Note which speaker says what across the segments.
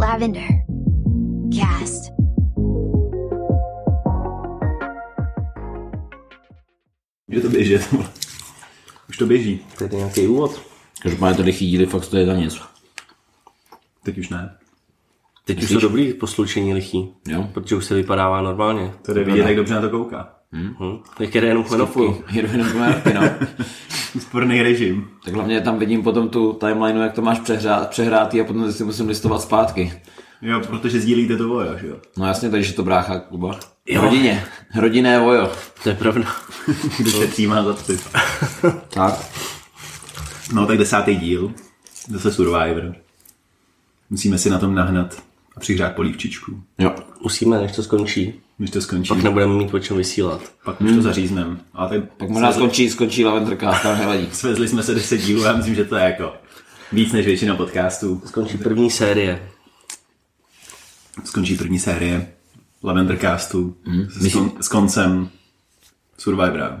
Speaker 1: Lavender. Cast.
Speaker 2: Že to běží, vole. Už to běží.
Speaker 3: To je nějaký úvod.
Speaker 4: Každopádně tady chýdili fakt to je za nic.
Speaker 2: Teď už ne.
Speaker 3: Teď už jsou dobrý poslučení lichý,
Speaker 4: Jo.
Speaker 3: protože už se vypadává normálně.
Speaker 2: Tady je vidět, jak dobře na to kouká.
Speaker 3: Hm? Jak jede jenom chmenovku.
Speaker 4: Jedu jenom po mé no.
Speaker 2: Úsporný režim.
Speaker 4: Tak hlavně tam vidím potom tu timeline, jak to máš přehrát, přehrátý a potom si musím listovat zpátky.
Speaker 2: Jo, protože sdílíte to vojo, že jo?
Speaker 4: No jasně, takže to brácha Kuba. Jo. Rodině. Rodinné vojo.
Speaker 3: To je pravda.
Speaker 2: Kdo se přijímá za ty.
Speaker 4: Tak.
Speaker 2: No tak desátý díl. Zase Survivor. Musíme si na tom nahnat a přihrát polívčičku.
Speaker 4: Jo.
Speaker 3: Musíme, než to skončí.
Speaker 2: Když to skončí,
Speaker 3: Pak nebudeme mít o čem vysílat.
Speaker 2: pak už to zařízneme. Ale tak,
Speaker 4: Tak možná skončí, skončí Lavenderka, tam nevadí.
Speaker 2: Svezli jsme se 10 dílů, já myslím, že to je jako víc než většina podcastů.
Speaker 3: Skončí první série.
Speaker 2: Skončí první série Lavendercastu mm. s, kon- s koncem Survivora.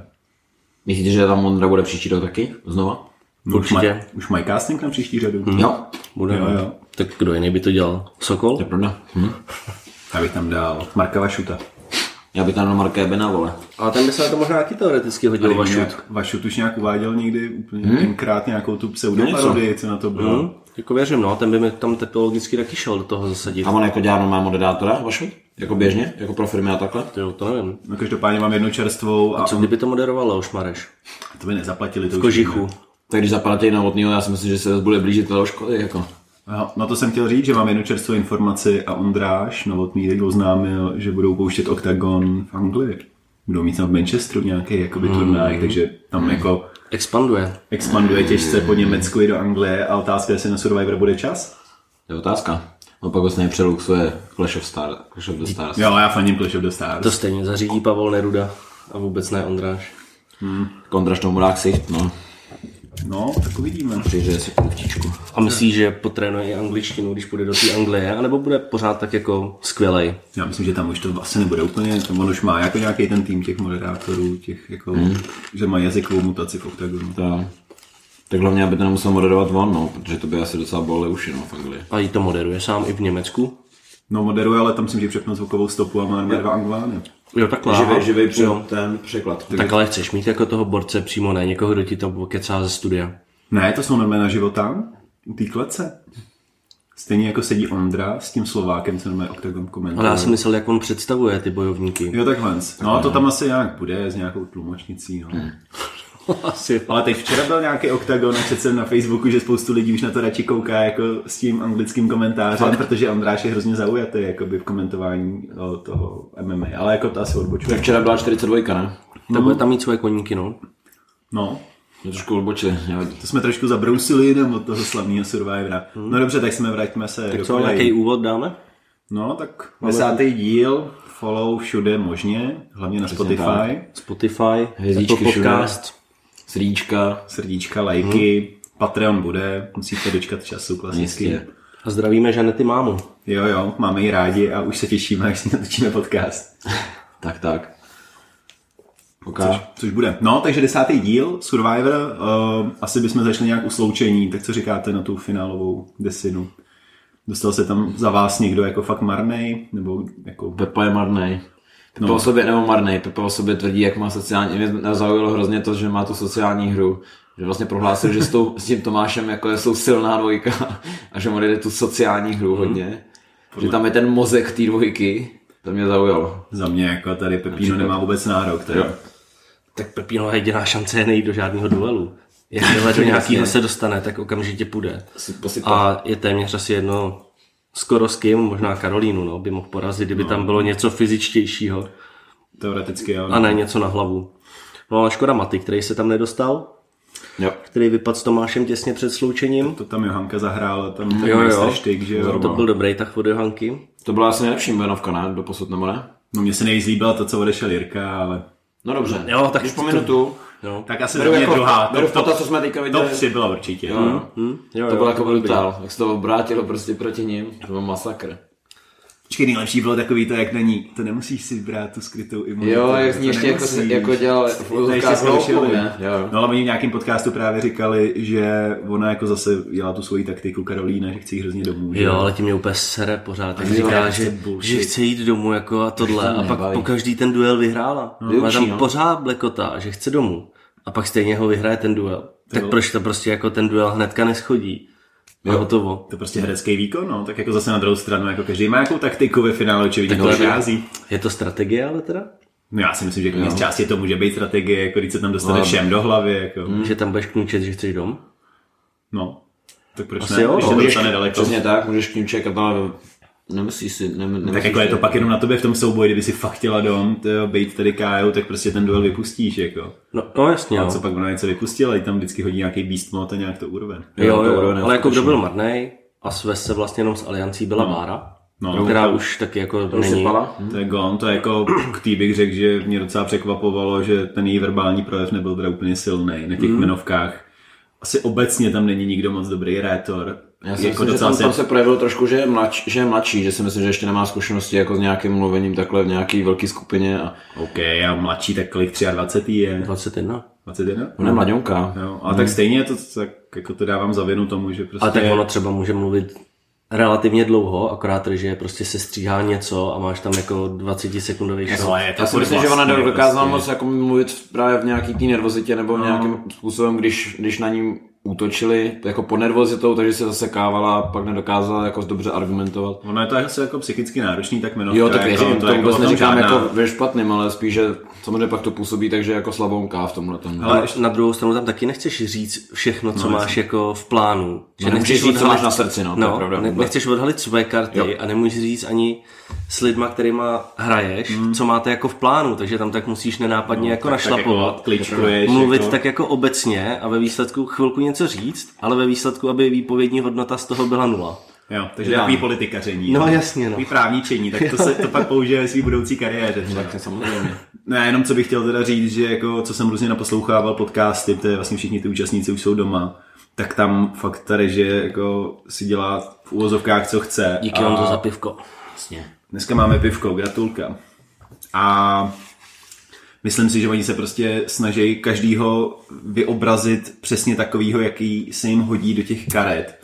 Speaker 4: Myslíte, že tam Ondra bude příští rok taky? Znova?
Speaker 2: No, už
Speaker 3: Určitě. Hmm.
Speaker 2: maj- Už mají casting na příští řadu? Mm.
Speaker 4: Jo.
Speaker 3: Bude.
Speaker 2: Jo, jo.
Speaker 3: Tak kdo jiný by to dělal? Sokol?
Speaker 4: To je pravda. Hm.
Speaker 2: Já bych tam dal Marka Vašuta.
Speaker 4: Já bych tam na Marka Ebena, vole.
Speaker 3: Ale ten by se na to možná taky teoreticky hodil Vašut.
Speaker 2: Nějak, Vašut už nějak uváděl někdy úplně hmm? tenkrát nějakou tu pseudoparodii, co na to bylo.
Speaker 3: Hm? Jako věřím, no, ten by mi tam technologicky taky šel do toho zasadit.
Speaker 4: A on jako dělá normální moderátora, vašu? Jako běžně? Jako pro firmy a takhle?
Speaker 3: Jo, to nevím.
Speaker 2: No každopádně mám jednu čerstvou a
Speaker 3: Co kdyby to moderovalo už Mareš? Jako
Speaker 2: to by nezaplatili. To už
Speaker 3: Kožichu.
Speaker 2: víme.
Speaker 4: Tak když zapadete i na Otnýho, já si myslím, že se zase bude blížit do školy, jako.
Speaker 2: No, no to jsem chtěl říct, že mám jednu čerstvou informaci a Ondráš Novotný teď oznámil, že budou pouštět Octagon v Anglii. Budou mít tam v Manchesteru nějaký jakoby
Speaker 3: Hmm.
Speaker 2: turnaj, takže tam jako
Speaker 3: Expanduje.
Speaker 2: expanduje těžce po Německu i do Anglie a otázka je, jestli na Survivor bude čas.
Speaker 4: To je otázka. No pak vlastně přeluxuje Clash of, Star, Clash of the Stars.
Speaker 2: Jo, já faním Clash of the Stars.
Speaker 3: To stejně zařídí Pavel Neruda a vůbec ne Ondráš.
Speaker 4: Kontraž tomu dá ksicht, no.
Speaker 2: No, tak uvidíme.
Speaker 4: Přiřeje si půvtičku.
Speaker 3: A myslíš, že potrénuje i angličtinu, když půjde do té Anglie, anebo bude pořád tak jako skvělej?
Speaker 2: Já myslím, že tam už to asi nebude úplně, tam on už má jako nějaký ten tým těch moderátorů, těch jako, hmm.
Speaker 3: Mhm.
Speaker 2: že má jazykovou mutaci v oktagonu.
Speaker 4: To jo. Tak hlavně, aby to nemusel moderovat on, no, protože to by asi docela bolely uši, no, v Anglii.
Speaker 3: A jí to moderuje sám i v Německu?
Speaker 2: No moderuje, ale tam si může přepnout zvukovou stopu a má normálně dva anglány.
Speaker 3: Jo, takhle. aha.
Speaker 4: přijel ten překlad.
Speaker 3: Tak ale chceš mít jako toho borce přímo, ne někoho, kdo ti to kecá ze studia.
Speaker 2: Ne, to jsou normálně na života, u té klece. Stejně jako sedí Ondra s tím Slovákem, co normálně oktagon
Speaker 3: Ale
Speaker 2: komentuje.
Speaker 3: No, já jsem Mhm. myslel, jak on představuje ty bojovníky.
Speaker 2: Jo, takhle. No, to tam asi nějak bude s nějakou tlumočnicí, no.
Speaker 3: Mhm. Asi.
Speaker 2: Ale teď včera byl nějaký oktagon a přece na Facebooku, že spoustu lidí už na to radši kouká jako s tím anglickým komentářem, protože Andráš je hrozně zaujatý jakoby v komentování o, toho MMA, ale jako to asi odbočuje.
Speaker 4: Včera byla 42, ne?
Speaker 3: Tak bude tam mít svoje koníky, no.
Speaker 2: No,
Speaker 4: Mě trošku odbočili, nevadí.
Speaker 2: to jsme trošku zabrousili jenom od toho slavného Survivora. No dobře, tak jsme vraťme se tak do
Speaker 3: Co,
Speaker 2: kolejí.
Speaker 3: nějaký úvod dáme?
Speaker 2: No, tak desátý díl, follow všude možně, hlavně na Spotify,
Speaker 3: Spotify,
Speaker 4: Hvězdičky
Speaker 3: Apple Podcast,
Speaker 4: Srdíčka,
Speaker 2: srdíčka, lajky, Patreon bude, musíte dočkat času klasicky.
Speaker 4: jistě.
Speaker 3: a zdravíme Žanety mámu.
Speaker 2: Jo, jo, máme ji rádi a už se těšíme, až si natočíme podcast.
Speaker 4: Tak, tak. Poká.
Speaker 2: Což bude. No, takže desátý díl, Survivor, uh, asi bychom začali nějak u sloučení, tak co říkáte na tu finálovou desinu? Dostal se tam za vás někdo jako fakt marnej, nebo jako...
Speaker 4: Pepa je marný. Pepa no. o sobě nebo marný. Pepa o sobě tvrdí, jak má sociální... Mě zaujalo hrozně to, že má tu sociální hru. Že vlastně prohlásil, že s, tou, s tím Tomášem jako jsou silná dvojka a že mu jde tu sociální hru hodně. Že tam je ten mozek té dvojky. To mě zaujalo.
Speaker 2: Za mě jako tady Pepino nemá vůbec nárok. Tady.
Speaker 3: Tak Pepino jediná šance je nejít do žádného duelu. Jakmile do nějakého se dostane, tak okamžitě půjde.
Speaker 4: Si posypal.
Speaker 3: A je téměř asi jedno skoro s kým, možná Karolínu, no, by mohl porazit, kdyby tam bylo něco fyzičtějšího
Speaker 2: Teoreticky, jo.
Speaker 3: a ne něco na hlavu. No ale škoda Maty, který se tam nedostal,
Speaker 4: Jo.
Speaker 3: který vypadl s Tomášem těsně před sloučením.
Speaker 2: To tam Johanka zahrála, tam ten jo, jo. Štyk, že jo.
Speaker 3: To byl dobrý tah od Johanky.
Speaker 4: To byla asi nejlepší jmenovka, ne? Doposud nebo ne?
Speaker 2: No mně se nejvíc líbila to, co odešel Jirka, ale...
Speaker 4: No dobře.
Speaker 3: Jo, tak
Speaker 4: Když
Speaker 3: to-
Speaker 4: pominu tu,
Speaker 3: Jo.
Speaker 2: Tak asi
Speaker 4: Beru
Speaker 2: za mě
Speaker 4: jako-
Speaker 2: druhá.
Speaker 4: beru v potaz, co jsme teďka viděli.
Speaker 2: To tři bylo určitě.
Speaker 4: jo, jo.
Speaker 3: Hm? Jo,
Speaker 4: No. to
Speaker 3: jo,
Speaker 4: byl jako
Speaker 3: byl dobrý.
Speaker 4: brutál. Jak se to obrátilo prostě proti ním. To byl masakr.
Speaker 2: Počkej, nejlepší bylo takový to, jak není. To nemusíš si brát tu skrytou imunitu.
Speaker 4: Jo, jak
Speaker 2: to
Speaker 4: s ní ještě jako,
Speaker 2: nemusíš.
Speaker 4: jako dělal v
Speaker 2: To ještě
Speaker 4: úzovkách
Speaker 2: zkoušeli.
Speaker 4: hloupou, ne? Jo, jo.
Speaker 2: No ale oni v nějakém podcastu právě říkali, že ona jako zase dělá tu svoji taktiku Karolína, že chce jít hrozně domů. že
Speaker 3: Jo, ale tím mě úplně sere pořád. Tak
Speaker 4: jo,
Speaker 3: říká,
Speaker 4: to
Speaker 2: je
Speaker 3: že,
Speaker 2: bullshit.
Speaker 3: že chce jít domů jako a tohle.
Speaker 4: to
Speaker 3: A pak
Speaker 4: nebaví.
Speaker 3: po každý ten duel vyhrála. No, Má
Speaker 4: Vyučí,
Speaker 3: tam
Speaker 4: no.
Speaker 3: pořád blekota, že chce domů. A pak stejně ho vyhraje ten duel. Tak
Speaker 2: jo.
Speaker 3: proč to prostě jako ten duel hnedka neschodí? A hotovo.
Speaker 2: To je prostě herecký výkon, no. Tak jako zase na druhou stranu, jako každý má nějakou taktiku ve finále, očividně to
Speaker 3: Takhle-
Speaker 2: vychází.
Speaker 3: Je to strategie ale teda?
Speaker 2: No já si myslím, že jako z části to může být strategie, jako když se tam dostane
Speaker 4: No.
Speaker 2: všem do hlavy, jako.
Speaker 4: Hmm.
Speaker 3: Že tam budeš kníčet, že chceš dom?
Speaker 2: No. Tak proč
Speaker 3: Asi
Speaker 2: ne,
Speaker 3: jo,
Speaker 2: když
Speaker 3: no.
Speaker 2: se to
Speaker 4: Můžeš-
Speaker 2: dostane daleko.
Speaker 4: Přesně tak, můžeš k ním čekat, ale nemyslíš si, ne, nemyslíš
Speaker 2: Tak jako je
Speaker 4: si-
Speaker 2: to pak jenom na tobě v tom souboji, kdyby si fakt chtěla dom, tyjo, bejt tady Kájou, tak prostě ten duel vypustíš, jako.
Speaker 3: No, no jasně,
Speaker 2: A co
Speaker 3: jo.
Speaker 2: pak ona něco vypustila, i tam vždycky hodí nějaký beast mode a nějak to urve.
Speaker 3: jo,
Speaker 4: to
Speaker 3: jo,
Speaker 4: bude
Speaker 3: ale jako kdo
Speaker 4: neskutečný.
Speaker 3: byl marnej a sves se vlastně jenom s aliancí byla Vára,
Speaker 2: No.
Speaker 3: která
Speaker 2: To-
Speaker 3: už taky jako
Speaker 4: Už
Speaker 3: není.
Speaker 4: si Prostě pala?
Speaker 2: To je gone, to je jako k tý bych řekl, že mě docela překvapovalo, že ten její verbální projev nebyl teda úplně silný na těch
Speaker 4: Hmm.
Speaker 2: mm. jmenovkách. Asi obecně tam není nikdo moc dobrý rétor. Jako
Speaker 4: Já si myslím, že tam, tam se projevilo trošku, že je, mladší, že je mladší, že si myslím, že ještě nemá zkušenosti jako s nějakým mluvením takhle v nějaký velké skupině a
Speaker 2: OK, já mladší, tak kolik 23 je?
Speaker 3: 21.
Speaker 2: 21?
Speaker 4: ona Hmm. je mladňonka.
Speaker 2: No. Jo, a tak stejně je to, tak jako to dávám za vinu tomu, že prostě...
Speaker 3: A tak ono třeba může mluvit relativně dlouho, akorát, že prostě se stříhá něco a máš tam jako 20 sekundový
Speaker 2: Jako,
Speaker 3: šok.
Speaker 2: je to
Speaker 4: Já si
Speaker 2: furt
Speaker 4: myslím, že ona
Speaker 2: vlastně
Speaker 4: dokázala
Speaker 2: prostě- No.
Speaker 4: moc jako mluvit právě v nějaký té nervozitě nebo v nějakým způsobem, když, když na ní útočili jako pod nervozitou, takže se zasekávala a pak nedokázala jako dobře argumentovat.
Speaker 2: Ono je to asi jako psychicky náročný, tak jmenovka.
Speaker 4: Jo, tak
Speaker 2: jako,
Speaker 4: věřím, to, to
Speaker 2: o
Speaker 4: vůbec
Speaker 2: tom
Speaker 4: neříkám
Speaker 2: žádná-
Speaker 4: jako ve špatném, ale spíš, že samozřejmě pak to působí, takže jako slabonká v tomhle tom.
Speaker 3: Ale
Speaker 2: ještě-
Speaker 3: na druhou stranu tam taky nechceš říct všechno,
Speaker 4: No,
Speaker 3: co máš jako v plánu. Že
Speaker 4: nemůžeš
Speaker 3: nechceš
Speaker 4: No, říct, co
Speaker 3: odhalit-
Speaker 4: máš na srdci, no, to je
Speaker 3: no
Speaker 4: pravda,
Speaker 3: ne,
Speaker 4: vůbec.
Speaker 3: nechceš odhalit své karty
Speaker 4: Jo.
Speaker 3: jo. a nemůžeš říct ani s lidma, kterýma hraješ,
Speaker 4: Hmm.
Speaker 3: mm. co máte jako v plánu, takže tam tak musíš nenápadně no, jako tak, našlapovat.
Speaker 2: Tak jako kličkuješ,
Speaker 3: mluvit
Speaker 2: jako,
Speaker 3: tak jako obecně a ve výsledku chvilku něco říct, ale ve výsledku, aby výpovědní hodnota z toho byla nula.
Speaker 2: Jo, takže takový politikaření.
Speaker 3: No, jasně, no.
Speaker 2: Takový právničení, tak to, se, to pak použije ve svý budoucí kariéře. třeba.
Speaker 4: No, Tak samozřejmě.
Speaker 2: Ne, jenom co bych chtěl teda říct, že jako, co jsem různě naposlouchával podcasty, to je vlastně všichni ty účastníci už jsou doma, tak tam fakt tady, že jako si dělá v úvozovkách, co chce.
Speaker 3: Díky
Speaker 2: a
Speaker 3: vám to za pivko.
Speaker 2: Dneska máme pivko, gratulka. A myslím si, že oni se prostě snaží každýho vyobrazit přesně takovýho, jaký se jim hodí do těch karet.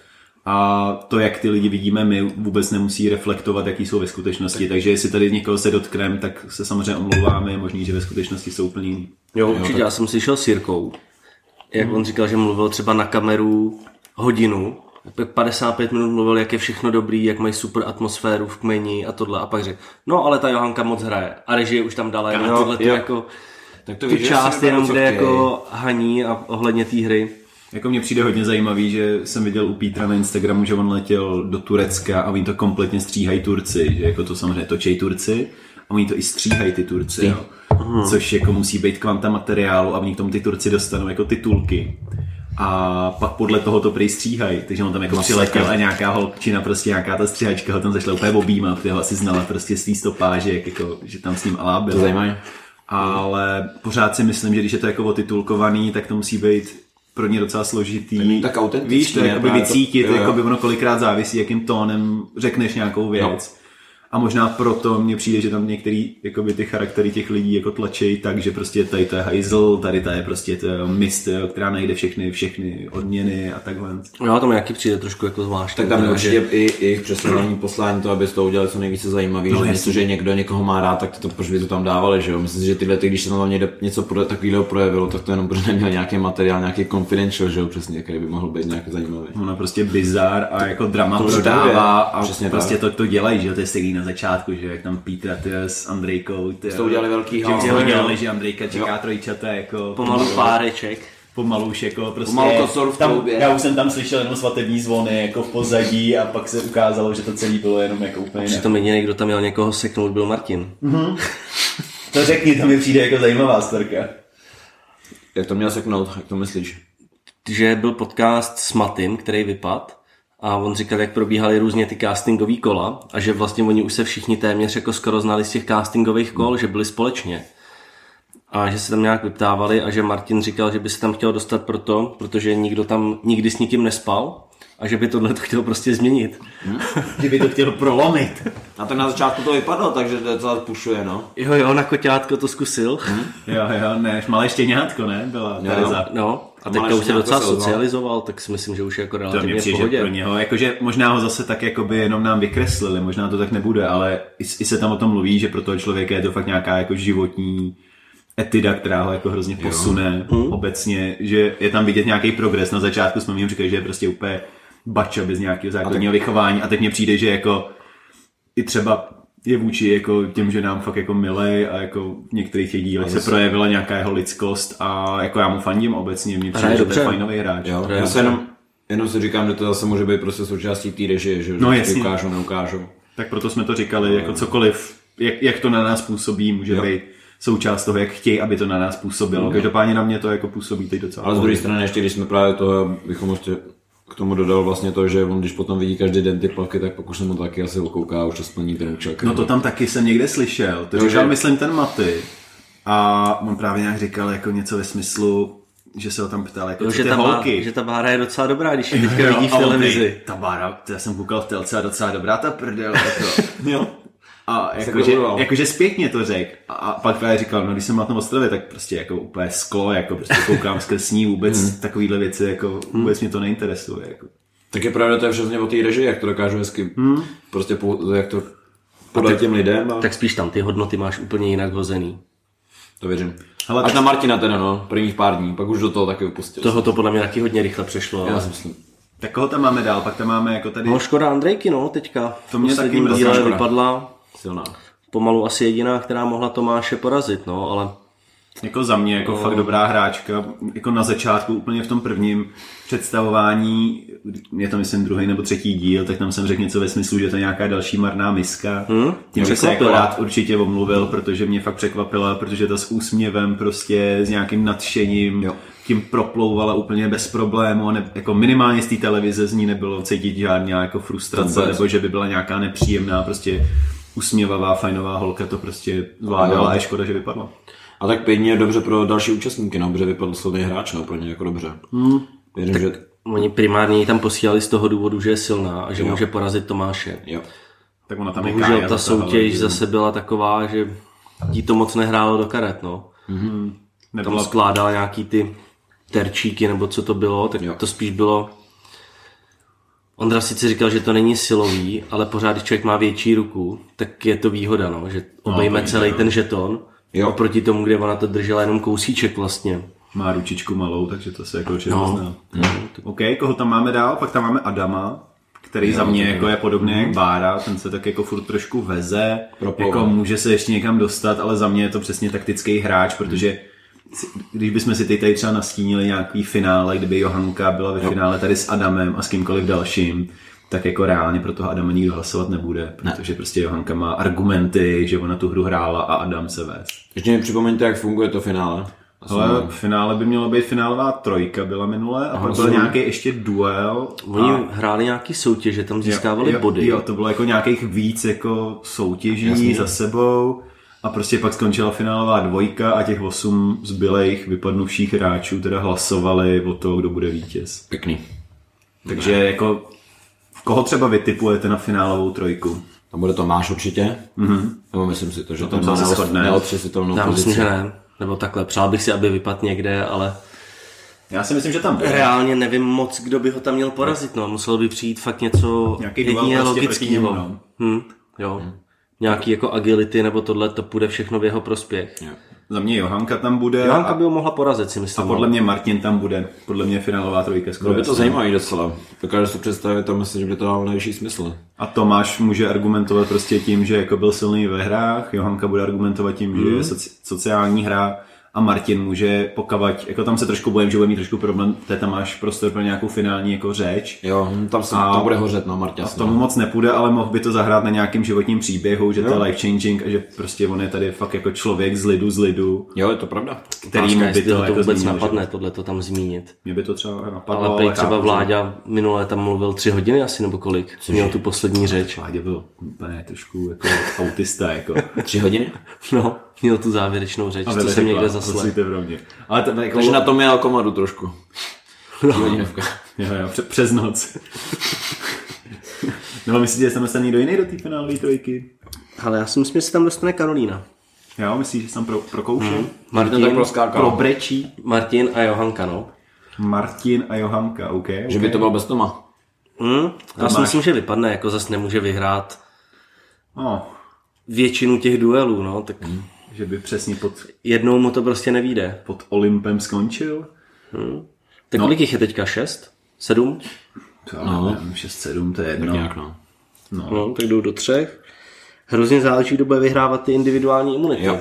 Speaker 2: A to, jak ty lidi vidíme my, vůbec nemusí reflektovat, jaký jsou ve skutečnosti. Takže jestli tady někoho se dotknem, tak se samozřejmě omlouváme, je možný, že ve skutečnosti jsou úplně jiný.
Speaker 3: Jo, určitě, já jsem slyšel s Jirkou, jak on říkal, že mluvil třeba na kameru hodinu, pak 55 minut mluvil, jak je všechno dobrý, jak mají super atmosféru v kmeni a tohle a pak řekl, no ale ta Johanka moc hraje a režie už tam dala jenom
Speaker 4: No,
Speaker 3: tohle to
Speaker 4: jo.
Speaker 3: jako
Speaker 4: Tak to
Speaker 3: tu
Speaker 4: víš, že si
Speaker 3: část
Speaker 4: vyberu,
Speaker 3: jenom
Speaker 4: co
Speaker 3: kde
Speaker 4: chtějí.
Speaker 3: jako haní a ohledně té hry.
Speaker 2: Jako mně přijde hodně zajímavý, že jsem viděl u Petra na Instagramu, že on letěl do Turecka a oni to kompletně stříhají Turci, že jako to samozřejmě točej Turci a oni to i stříhají ty Turci, jo. což jako musí být kvanta materiálu a oni k tomu ty Turci dostanou jako titulky. A pak podle toho to prý stříhají, takže on tam jako přiletěl a nějaká holčina, prostě nějaká ta stříhačka ho tam zašla úplně objímat, protože ho asi znala prostě z té stopáže, jak jako, že tam s ním Alá byl.
Speaker 4: To zajímavé.
Speaker 2: Ale pořád si myslím, že když je to jako otitulkovaný, tak to musí být pro ně docela složitý.
Speaker 4: Tak autentický,
Speaker 2: Víš, to
Speaker 4: ne?
Speaker 2: jakoby
Speaker 4: Právě to-
Speaker 2: vycítit,
Speaker 4: jo, No. jo.
Speaker 2: jakoby ono kolikrát závisí, jakým tónem řekneš nějakou věc. A možná proto mně přijde, že tam některý jakoby ty charaktery těch lidí jako tlačejí tak, že prostě tady to je hajzl, tady to je prostě to je mist, jo, která najde všechny, všechny odměny a takhle.
Speaker 3: Jo, to mi jaký přijde trošku jako zvláštní.
Speaker 4: Tak tam je
Speaker 3: teda,
Speaker 4: určitě
Speaker 3: že-
Speaker 4: i i jejich přesunutí poslání to, aby z toho udělali co nejvíce zajímavý, no, že jestliže někdo někoho má rád, tak to, proč by to tam dávali, že jo? Myslím si, že tyhle, ty, když se tam někde něco pro, takového projevilo, tak to jenom protože neměl nějaký materiál, nějaký confidential, že jo, přesně, který by mohl být nějak zajímavý.
Speaker 2: Ona prostě bizar a jako drama to
Speaker 4: rozhoduje.
Speaker 2: prodává a
Speaker 4: Přesně
Speaker 2: Přesně
Speaker 4: tak.
Speaker 2: prostě to, to dělají, že jo, to je stejný na začátku, že jo, jak tam Petra ty s Andrejkou. Ty,
Speaker 4: To udělali velký
Speaker 2: že
Speaker 4: hál.
Speaker 2: Že
Speaker 4: Jo.
Speaker 2: udělali, že Andrejka čeká trojčata jako
Speaker 3: pomalu
Speaker 4: No.
Speaker 3: páreček.
Speaker 2: pomalu už jako prostě...
Speaker 4: Pomalu kocor v
Speaker 2: tam,
Speaker 4: kloubě.
Speaker 2: Já už jsem tam slyšel jenom svatební zvony jako v pozadí a pak se ukázalo, že to celé bylo jenom jako úplně jinak.
Speaker 3: Přitom jediný, kdo tam měl někoho seknout, byl Martin.
Speaker 2: To řekni, to mi přijde jako zajímavá storka.
Speaker 4: Jak to měl seknout, jak to myslíš?
Speaker 3: že byl podcast s Matym, který vypad a on říkal, jak probíhaly různě ty castingové kola a že vlastně oni už se všichni téměř jako skoro znali z těch castingových kol, že byli společně a že se tam nějak vyptávali a že Martin říkal, že by se tam chtěl dostat proto, protože nikdo tam nikdy s nikým nespal a že by tohle to chtěl prostě změnit.
Speaker 2: Kdyby to chtěl prolomit.
Speaker 4: A tak na začátku to vypadlo, takže to docela pušuje, no.
Speaker 3: Jo, jo, na koťátko to zkusil.
Speaker 2: Jo, jo, ne, malé štěňátko, ne? Byla Tereza.
Speaker 3: No, a teď
Speaker 4: Malé
Speaker 3: to už se
Speaker 4: štěňátko
Speaker 3: docela
Speaker 4: se ozvalo.
Speaker 3: socializoval, tak si myslím, že už je jako
Speaker 2: To mě
Speaker 3: relativně v
Speaker 2: přijde, že pro
Speaker 3: pohodě.
Speaker 2: něho, jakože možná ho zase tak jakoby jenom nám vykreslili, možná to tak nebude, ale i, i se tam o tom mluví, že pro toho člověka je to fakt nějaká jako životní etida, která ho jako hrozně posune
Speaker 3: Hm.
Speaker 2: jo. obecně, že je tam vidět nějaký progres. Na začátku jsme mi říkali, že je prostě úplně bača bez nějakého základního vychování a teď mně přijde, že jako i třeba je vůči jako těm ženám fakt jako milej a jako v některých těch dílech se projevila nějaká jeho lidskost a jako já mu fandím obecně, mně přijde,
Speaker 3: Hraje
Speaker 2: že to je
Speaker 3: dobře.
Speaker 2: fajnový hráč.
Speaker 4: Jo,
Speaker 3: To je
Speaker 4: já se
Speaker 3: jako-
Speaker 4: jenom, jenom si říkám, že to zase může být prostě součástí té režie, že
Speaker 2: No,
Speaker 4: že
Speaker 2: jasně.
Speaker 4: ukážou, neukážou.
Speaker 2: Tak proto jsme to říkali, jako cokoliv, jak, jak to na nás působí, může jo.
Speaker 4: Jo.
Speaker 2: být součást toho, jak chtějí, aby to na nás působilo. Jo. Každopádně na mě to jako působí teď docela.
Speaker 4: Ale z
Speaker 2: pohodlně.
Speaker 4: druhé strany, ještě když jsme právě toho, bychom ještě k tomu dodal vlastně to, že on když potom vidí každý den ty plavky, tak pokud se mu taky asi okouká, už to splní ten účel.
Speaker 2: No to tam taky jsem někde slyšel. To
Speaker 4: Jo,
Speaker 2: říkal,
Speaker 4: že-
Speaker 2: myslím, ten Maty. A on právě nějak říkal jako něco ve smyslu, že se ho tam ptal, jako
Speaker 3: Jo,
Speaker 2: co
Speaker 3: že,
Speaker 2: ty
Speaker 3: ta bá,
Speaker 2: holky.
Speaker 3: že ta bára je docela dobrá, když ji teďka
Speaker 2: Jo,
Speaker 3: vidí v
Speaker 2: a on,
Speaker 3: televizi.
Speaker 2: ty, Ta bára, to já jsem koukal v telce a docela dobrá ta prdel. Jako.
Speaker 4: jo.
Speaker 2: A jako
Speaker 4: Se
Speaker 2: jakože,
Speaker 4: dovolal.
Speaker 2: jakože zpětně to řekl. A, a pak právě říkal, no když jsem na tom ostrově, tak prostě jako úplně sklo, jako prostě koukám skrz sní vůbec
Speaker 3: Hmm.
Speaker 2: takovýhle věci, jako vůbec mě to neinteresuje. Jako.
Speaker 4: Tak je pravda, to je všechno o té režii, jak to dokážu hezky, hmm. prostě pou, jak to podat těm lidem, a...
Speaker 3: Tak spíš tam ty hodnoty máš úplně jinak hozený.
Speaker 4: to věřím.
Speaker 2: Hele,
Speaker 4: Hele, Až na Martina teda, no, prvních pár dní, pak už do toho taky upustil.
Speaker 3: Toho to podle mě taky hodně rychle přešlo.
Speaker 4: Já
Speaker 3: ale-
Speaker 4: si myslím.
Speaker 2: Tak koho tam máme dál? Pak tam máme jako tady...
Speaker 3: No škoda Andrejky, no, teďka.
Speaker 2: To mě
Speaker 3: v posledním
Speaker 2: taky
Speaker 3: díle
Speaker 2: docela
Speaker 4: škoda.
Speaker 3: vypadla
Speaker 4: Silná.
Speaker 3: pomalu asi jediná, která mohla Tomáše porazit, no, ale
Speaker 2: Jako za mě, jako no. fakt dobrá hráčka. Jako na začátku, úplně v tom prvním představování, je to myslím druhý nebo třetí díl, tak tam jsem řekl něco ve smyslu, že to je nějaká další marná miska. Hmm? Tím bych se jako
Speaker 3: Překvapila.
Speaker 2: rád určitě omluvil, protože mě fakt překvapila, protože ta s úsměvem prostě, s nějakým nadšením, jo.
Speaker 4: Jo.
Speaker 2: tím proplouvala úplně bez problému. a Ne, jako minimálně z té televize z ní nebylo cítit žádná jako frustrace,
Speaker 4: Vůbec.
Speaker 2: nebo že by byla nějaká nepříjemná, prostě usměvavá, fajnová holka to prostě
Speaker 4: Jo.
Speaker 2: zvládala a je škoda, že vypadla.
Speaker 4: A tak pěkně je dobře pro další účastníky, no, protože vypadl silný hráč, no, pro ně jako dobře. Hmm. Věřím, tak... že...
Speaker 3: oni primárně ji tam posílali z toho důvodu, že je silná a že může porazit Tomáše.
Speaker 4: Jo.
Speaker 2: Tak ona tam je
Speaker 3: Bohužel
Speaker 2: Kája
Speaker 3: ta
Speaker 2: docela,
Speaker 3: soutěž
Speaker 2: ale
Speaker 3: zase byla taková, že jí to moc nehrálo do karet, no. Tam
Speaker 2: Nebyla,
Speaker 3: skládala nějaký ty terčíky, nebo co to bylo, tak
Speaker 4: Jo.
Speaker 3: to spíš bylo... Ondra sice říkal, že to není silový, ale pořád, když člověk má větší ruku, tak je to výhoda, no, že obejme celý ten žeton,
Speaker 4: Jo.
Speaker 3: oproti tomu, kde ona to držela jenom kousíček vlastně.
Speaker 2: má ručičku malou, takže to se jako určitě no. zná. OK, koho tam máme dál? Pak tam máme Adama, který jo, za mě jako je podobný
Speaker 3: Mhm.
Speaker 2: jak Bára, ten se tak jako furt trošku veze,
Speaker 4: Proplouvá.
Speaker 2: jako může se ještě někam dostat, ale za mě je to přesně taktický hráč, protože
Speaker 3: Mhm.
Speaker 2: si- když bychom si teď tady třeba nastínili nějaký finále, kdyby Johanka byla ve finále tady s Adamem a s kýmkoliv dalším, tak jako reálně pro toho Adama nikdo hlasovat nebude, protože prostě Johanka má argumenty, že ona tu hru hrála a Adam se vést.
Speaker 4: Ještě mi připomeňte, jak funguje to finále. Asi
Speaker 2: Ale v finále by měla být finálová trojka, byla minule, a pak byl
Speaker 4: rozumím.
Speaker 2: nějaký ještě duel.
Speaker 3: Oni
Speaker 2: a-
Speaker 3: hráli nějaký soutěže, tam získávali
Speaker 2: jo,
Speaker 3: body.
Speaker 2: Jo, to bylo jako nějakých víc jako soutěží Jasně.
Speaker 4: Jasně.
Speaker 2: za sebou. A prostě pak skončila finálová dvojka a těch osm zbylejch vypadnuvších hráčů teda hlasovali o to, kdo bude vítěz.
Speaker 4: Pěkný.
Speaker 2: Takže jako koho třeba vytipujete na finálovou trojku?
Speaker 4: Tam bude Tomáš určitě. Mm-hmm. Nebo myslím si to, že
Speaker 2: tom
Speaker 4: tam má
Speaker 2: se
Speaker 4: neos-
Speaker 2: shodneme.
Speaker 4: neotřesitelnou
Speaker 3: Já myslím,
Speaker 4: pozici.
Speaker 3: že ne. Nebo takhle, přál bych si, aby vypadl někde, ale
Speaker 2: Já si myslím, že tam bude.
Speaker 3: reálně nevím moc, kdo by ho tam měl porazit. No. Muselo by přijít fakt něco
Speaker 2: Nějaký duel
Speaker 3: jedině
Speaker 2: prostě proti němu,
Speaker 3: logického.
Speaker 2: no.
Speaker 3: Hm, jo. Nějaký jako agility nebo tohle, to půjde všechno v jeho prospěch.
Speaker 4: Jo.
Speaker 2: Za mě Johanka tam bude
Speaker 3: Johanka
Speaker 2: a,
Speaker 3: by ho mohla porazit, si myslím. no.
Speaker 2: a podle mě Martin tam bude. Podle mě finálová trojka skoro.
Speaker 4: Bylo by to
Speaker 2: jasná.
Speaker 4: zajímavý docela. Dokážu si to představit a myslím, že by to dalo nejvyšší smysl.
Speaker 2: A Tomáš může argumentovat prostě tím, že jako byl silný ve hrách, Johanka bude argumentovat tím, že
Speaker 3: Mhm.
Speaker 2: je soci- sociální hra a Martin může pokavať, jako tam se trošku bojím, že bude mít trošku problém, té tam máš prostor pro nějakou finální jako řeč.
Speaker 4: Jo, hm, tam, se, tam bude hořet, no, Marta.
Speaker 2: A tomu moc nepůjde, ale mohl by to zahrát na nějakým životním příběhu, že to je life changing a že prostě on je tady fakt jako člověk z lidu z lidu,
Speaker 4: Jo, je to pravda.
Speaker 2: který mu by
Speaker 3: by
Speaker 2: to,
Speaker 3: to
Speaker 2: jako
Speaker 3: vůbec
Speaker 2: zmínil,
Speaker 3: napadne, tohle to tam zmínit.
Speaker 2: Mě by to třeba napadlo,
Speaker 3: Ale prej třeba
Speaker 2: chápu, že-
Speaker 3: Vláďa minulé tam mluvil tři hodiny asi nebo kolik. Měl tu poslední řeč.
Speaker 2: Vládě byl úplně trošku jako autista, jako.
Speaker 4: Tři hodiny?
Speaker 3: No, měl tu závěrečnou řeč, co jsem
Speaker 2: Neřekla,
Speaker 3: někde zaslechl.
Speaker 2: prosíte v rovně. Ale to, jako,
Speaker 4: No. Takže na tom je komodu trošku. Tři hodinovka.
Speaker 2: Jo, jo, pře- přes noc. Nebo myslíte, že se tam dostane někdo jiný do té finálové trojky?
Speaker 3: Ale já si myslím, že se tam dostane Karolína.
Speaker 2: Jo, myslíš, že se tam pro, prokouše? Mm.
Speaker 4: Martin Mhm. tak proskákal.
Speaker 2: Probrečí
Speaker 3: Martin a Johanka, no.
Speaker 2: Martin a Johanka, OK. okay.
Speaker 4: Že by to bylo bez Toma.
Speaker 3: Hm? Já si
Speaker 2: máš-
Speaker 3: myslím, že vypadne, jako zase nemůže vyhrát
Speaker 2: No,
Speaker 3: většinu těch duelů, no, tak
Speaker 2: že by přesně pod,
Speaker 3: jednou mu to prostě nevíde.
Speaker 2: pod Olympem skončil? No.
Speaker 3: Tak kolik jich je teďka? Šest? Sedm?
Speaker 2: To no. nevím, 6-7, to je jedno.
Speaker 4: Nějak no.
Speaker 3: No, tak jdou do třech. Hrozně záleží, kdo bude vyhrávat ty individuální imunity.
Speaker 4: Jo.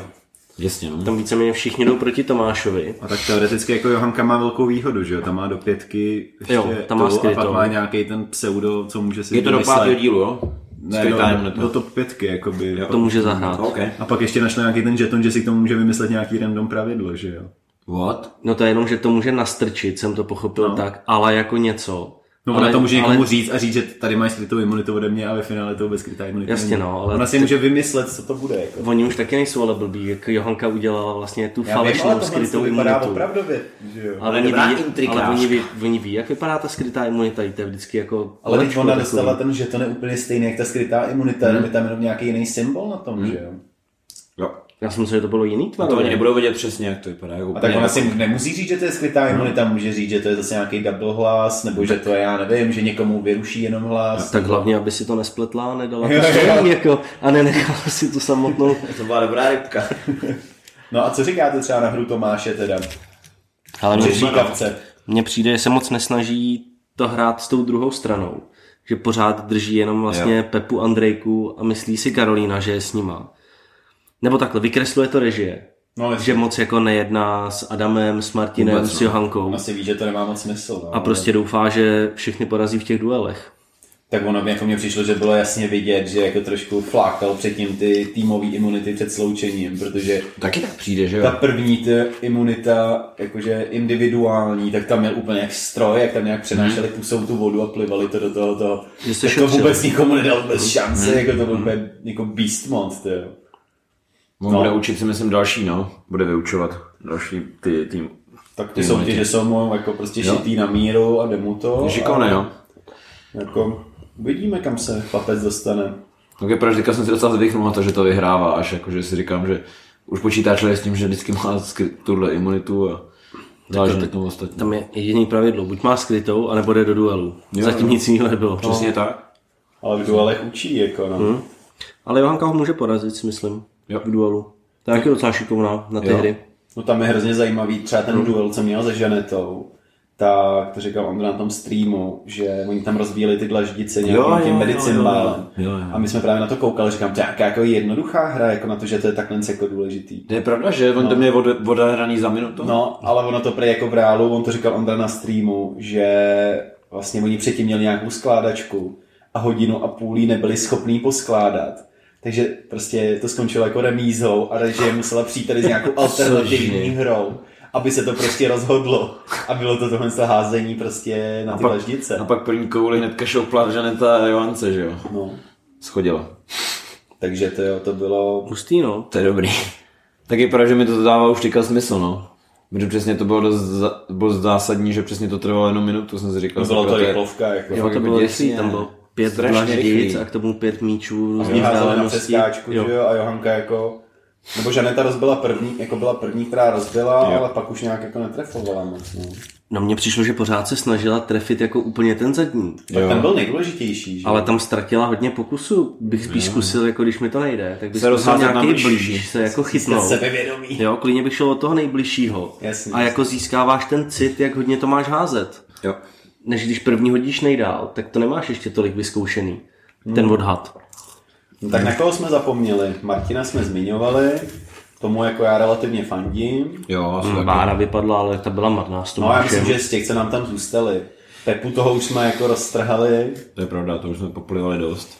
Speaker 4: Jasně, no.
Speaker 3: Tam víceméně všichni jdou proti Tomášovi.
Speaker 2: A tak teoreticky jako Johanka má velkou výhodu, že jo? Tam má do pětky ještě
Speaker 3: Jo, tam má
Speaker 2: tu a pak
Speaker 3: skrytou.
Speaker 2: má nějaký ten pseudo, co může si
Speaker 4: Je to do
Speaker 2: vymyslet.
Speaker 4: pátého dílu, jo?
Speaker 2: Ne, do,
Speaker 4: Skrytá
Speaker 2: do, do top pětky, jakoby.
Speaker 3: To může zahrát.
Speaker 4: OK.
Speaker 2: A pak ještě našli nějaký ten žeton, že si k tomu může vymyslet nějaký random pravidlo, že jo?
Speaker 4: What?
Speaker 3: No to je jenom, že to může nastrčit, jsem to pochopil no. tak, ale jako něco.
Speaker 2: No
Speaker 3: ale,
Speaker 2: ona to může
Speaker 3: ale,
Speaker 2: někomu říct a říct, že tady mají skrytou imunitu ode mě a ve finále to vůbec skrytá imunita
Speaker 3: Jasně,
Speaker 2: není.
Speaker 3: no, ale
Speaker 2: Ona si
Speaker 3: ty-
Speaker 2: může vymyslet, co to bude, jako.
Speaker 3: Oni už taky nejsou ale blbí, jak Johanka udělala vlastně tu falešnou skrytou imunitu.
Speaker 2: opravdově, že jo?
Speaker 3: Ale, oni
Speaker 4: dobrá
Speaker 3: ví,
Speaker 4: intrikářka.
Speaker 3: ale oni, ví, oni ví, jak vypadá ta skrytá imunita, jí to je vždycky jako...
Speaker 2: Ale teď
Speaker 3: kolečko
Speaker 2: ona
Speaker 3: takový. Mhm.
Speaker 2: dostala ten žeton je úplně stejný, jak ta skrytá imunita, jenom je tam jenom nějaký jiný symbol na tom, že jo?
Speaker 4: Jo.
Speaker 3: Já jsem myslel, že to bylo jiný tvar.
Speaker 4: No To oni nebudou vědět přesně, jak to vypadá. Jako
Speaker 2: A tak
Speaker 4: úplně
Speaker 2: ona
Speaker 4: jako-
Speaker 2: si nemusí říct, že to je skrytá
Speaker 3: Mhm.
Speaker 2: imunita, může říct, že to je zase nějaký double hlas, nebo že to je, já nevím, že někomu vyruší jenom hlas.
Speaker 3: Tak hlavně, aby si to nespletla, nedala
Speaker 2: Jo,
Speaker 3: to
Speaker 2: jo.
Speaker 3: stejný, jako, a nenechala si tu samotnou.
Speaker 4: To byla dobrá rybka.
Speaker 2: No a co říkáte třeba na hru Tomáše teda?
Speaker 3: Ale mně přijde,
Speaker 2: Přežíkavce.
Speaker 3: mně přijde, že se moc nesnaží to hrát s tou druhou stranou. Že pořád drží jenom vlastně jo. Pepu Andrejku a myslí si Karolína, že je s nima. Nebo takhle, vykresluje to režie.
Speaker 2: No,
Speaker 3: Že moc jako nejedná s Adamem, s Martinem,
Speaker 4: Vůbec,
Speaker 3: s
Speaker 4: no.
Speaker 3: Johankou.
Speaker 2: Ona si ví, že to nemá moc smysl. No.
Speaker 3: A prostě doufá, že všechny porazí v těch duelech.
Speaker 2: Tak ono jako mně přišlo, že bylo jasně vidět, že jako trošku flákal předtím ty týmové imunity před sloučením, protože
Speaker 4: Taky tak přijde, že
Speaker 2: ta
Speaker 4: jo?
Speaker 2: první ta imunita, jakože individuální, tak tam měl úplně jak stroj, jak tam nějak přenášeli pusou tu vodu a plivali to do toho. toho.
Speaker 3: Že se
Speaker 2: Tak to
Speaker 3: šetřili.
Speaker 2: vůbec nikomu nedal vůbec šance, jako to byl úplně jako beast mod, to jo.
Speaker 4: On
Speaker 2: No.
Speaker 4: bude učit si myslím další, no. Bude vyučovat další ty tým.
Speaker 2: Tak ty soutěže jsou mu jako prostě
Speaker 4: Jo.
Speaker 2: šitý na míru a jde mu to.
Speaker 4: Šikone,
Speaker 2: a
Speaker 4: jo.
Speaker 2: Jako, uvidíme, kam se chlapec dostane.
Speaker 4: Tak je pravda, že teďka jsem si docela zvyknul na to, že to vyhrává, až jako, že si říkám, že už počítá člověk s tím, že vždycky má skryt tuhle imunitu a záleží na tom ostatní.
Speaker 3: Tam je jediný pravidlo, buď má skrytou, anebo jde do duelu.
Speaker 4: Jo,
Speaker 3: Zatím
Speaker 4: jo. No.
Speaker 3: nic jiného nebylo.
Speaker 4: Přesně tak.
Speaker 2: Ale v duelech učí, jako no.
Speaker 4: Hmm.
Speaker 3: Ale Johanka ho může porazit, si myslím,
Speaker 4: Jo.
Speaker 3: v duelu. To je taky docela šikovná na ty
Speaker 4: Jo.
Speaker 3: hry.
Speaker 2: No tam je hrozně zajímavý, třeba
Speaker 4: Hmm.
Speaker 2: ten duel, co měl se Žanetou, tak to říkal Ondra na tom streamu, že oni tam rozbíjeli ty dlaždice
Speaker 4: Jo,
Speaker 2: nějakým
Speaker 4: jo,
Speaker 2: tím medicinbálem.
Speaker 4: jo, jo, jo, jo.
Speaker 2: A my jsme právě na to koukali, říkám, to je nějaká jako jednoduchá hra, jako na to, že to je takhle jako důležitý.
Speaker 4: To je pravda, že on to mě od- odehraný za minutu.
Speaker 2: No, ale ono to prý jako v reálu, on to říkal Ondra na streamu, že vlastně oni předtím měli nějakou skládačku a hodinu a půl jí nebyli schopní poskládat. Takže prostě to skončilo jako remízou a režie musela přijít tady s nějakou alternativní hrou, aby se to prostě rozhodlo. A bylo to tohle to házení prostě na ty
Speaker 4: pak-
Speaker 2: lažnice.
Speaker 4: A pak první kouli hnedka šoupla Žaneta Johance, že jo?
Speaker 2: No.
Speaker 4: Schodila.
Speaker 2: Takže to, jo, to bylo...
Speaker 3: Hustý, no.
Speaker 4: To je dobrý. Tak je pravda, že mi to dává už teďka smysl, no. Protože přesně to bylo dost, za- bylo zásadní, že přesně to trvalo jenom minutu, jsem si říkal.
Speaker 2: Bylo
Speaker 4: sakra,
Speaker 2: to
Speaker 4: je-
Speaker 2: rychlovka, jako.
Speaker 3: Jo, to
Speaker 4: jako
Speaker 3: bylo
Speaker 4: děsně.
Speaker 3: jasný, tam bylo pět
Speaker 4: Strašně
Speaker 3: dlaždic
Speaker 4: rychlý.
Speaker 3: a k tomu pět míčů
Speaker 2: Oni
Speaker 3: různých
Speaker 2: házeli na
Speaker 3: vzdáleností.
Speaker 2: přeskáčku,
Speaker 3: Jo.
Speaker 2: že jo, a Johanka jako... Nebo Žaneta rozbila první, jako byla první, která rozbila, jo. ale pak už nějak jako netrefovala moc, no.
Speaker 3: No mně přišlo, že pořád se snažila trefit jako úplně ten zadní.
Speaker 2: Tak ten byl nejdůležitější, že jo?
Speaker 3: Ale tam ztratila hodně pokusu. Bych spíš zkusil, jako když mi to nejde. Tak bych
Speaker 4: Se
Speaker 3: zkusil
Speaker 4: rozházet na
Speaker 3: nějaký
Speaker 4: blíž.
Speaker 3: blíž, se jako
Speaker 2: Jste
Speaker 3: chytnout.
Speaker 2: sebevědomí.
Speaker 3: Jo, klidně bych šel od toho nejbližšího.
Speaker 2: Jasně,
Speaker 3: a jako získáváš ten cit, jak hodně to máš házet.
Speaker 4: Jo.
Speaker 3: Než když první hodíš nejdál, tak to nemáš ještě tolik vyzkoušený.
Speaker 2: Hmm.
Speaker 3: Ten odhad.
Speaker 2: No, tak na koho jsme zapomněli? Martina jsme zmiňovali, tomu jako já relativně fandím.
Speaker 4: Jo, asi taky.
Speaker 3: Mm, Bára vypadla, ale ta byla marná s
Speaker 2: No a já myslím,
Speaker 3: Tomášem.
Speaker 2: že z těch, co nám tam zůstali. Pepu toho už jsme jako roztrhali,
Speaker 4: To je pravda, to už jsme poplivali dost.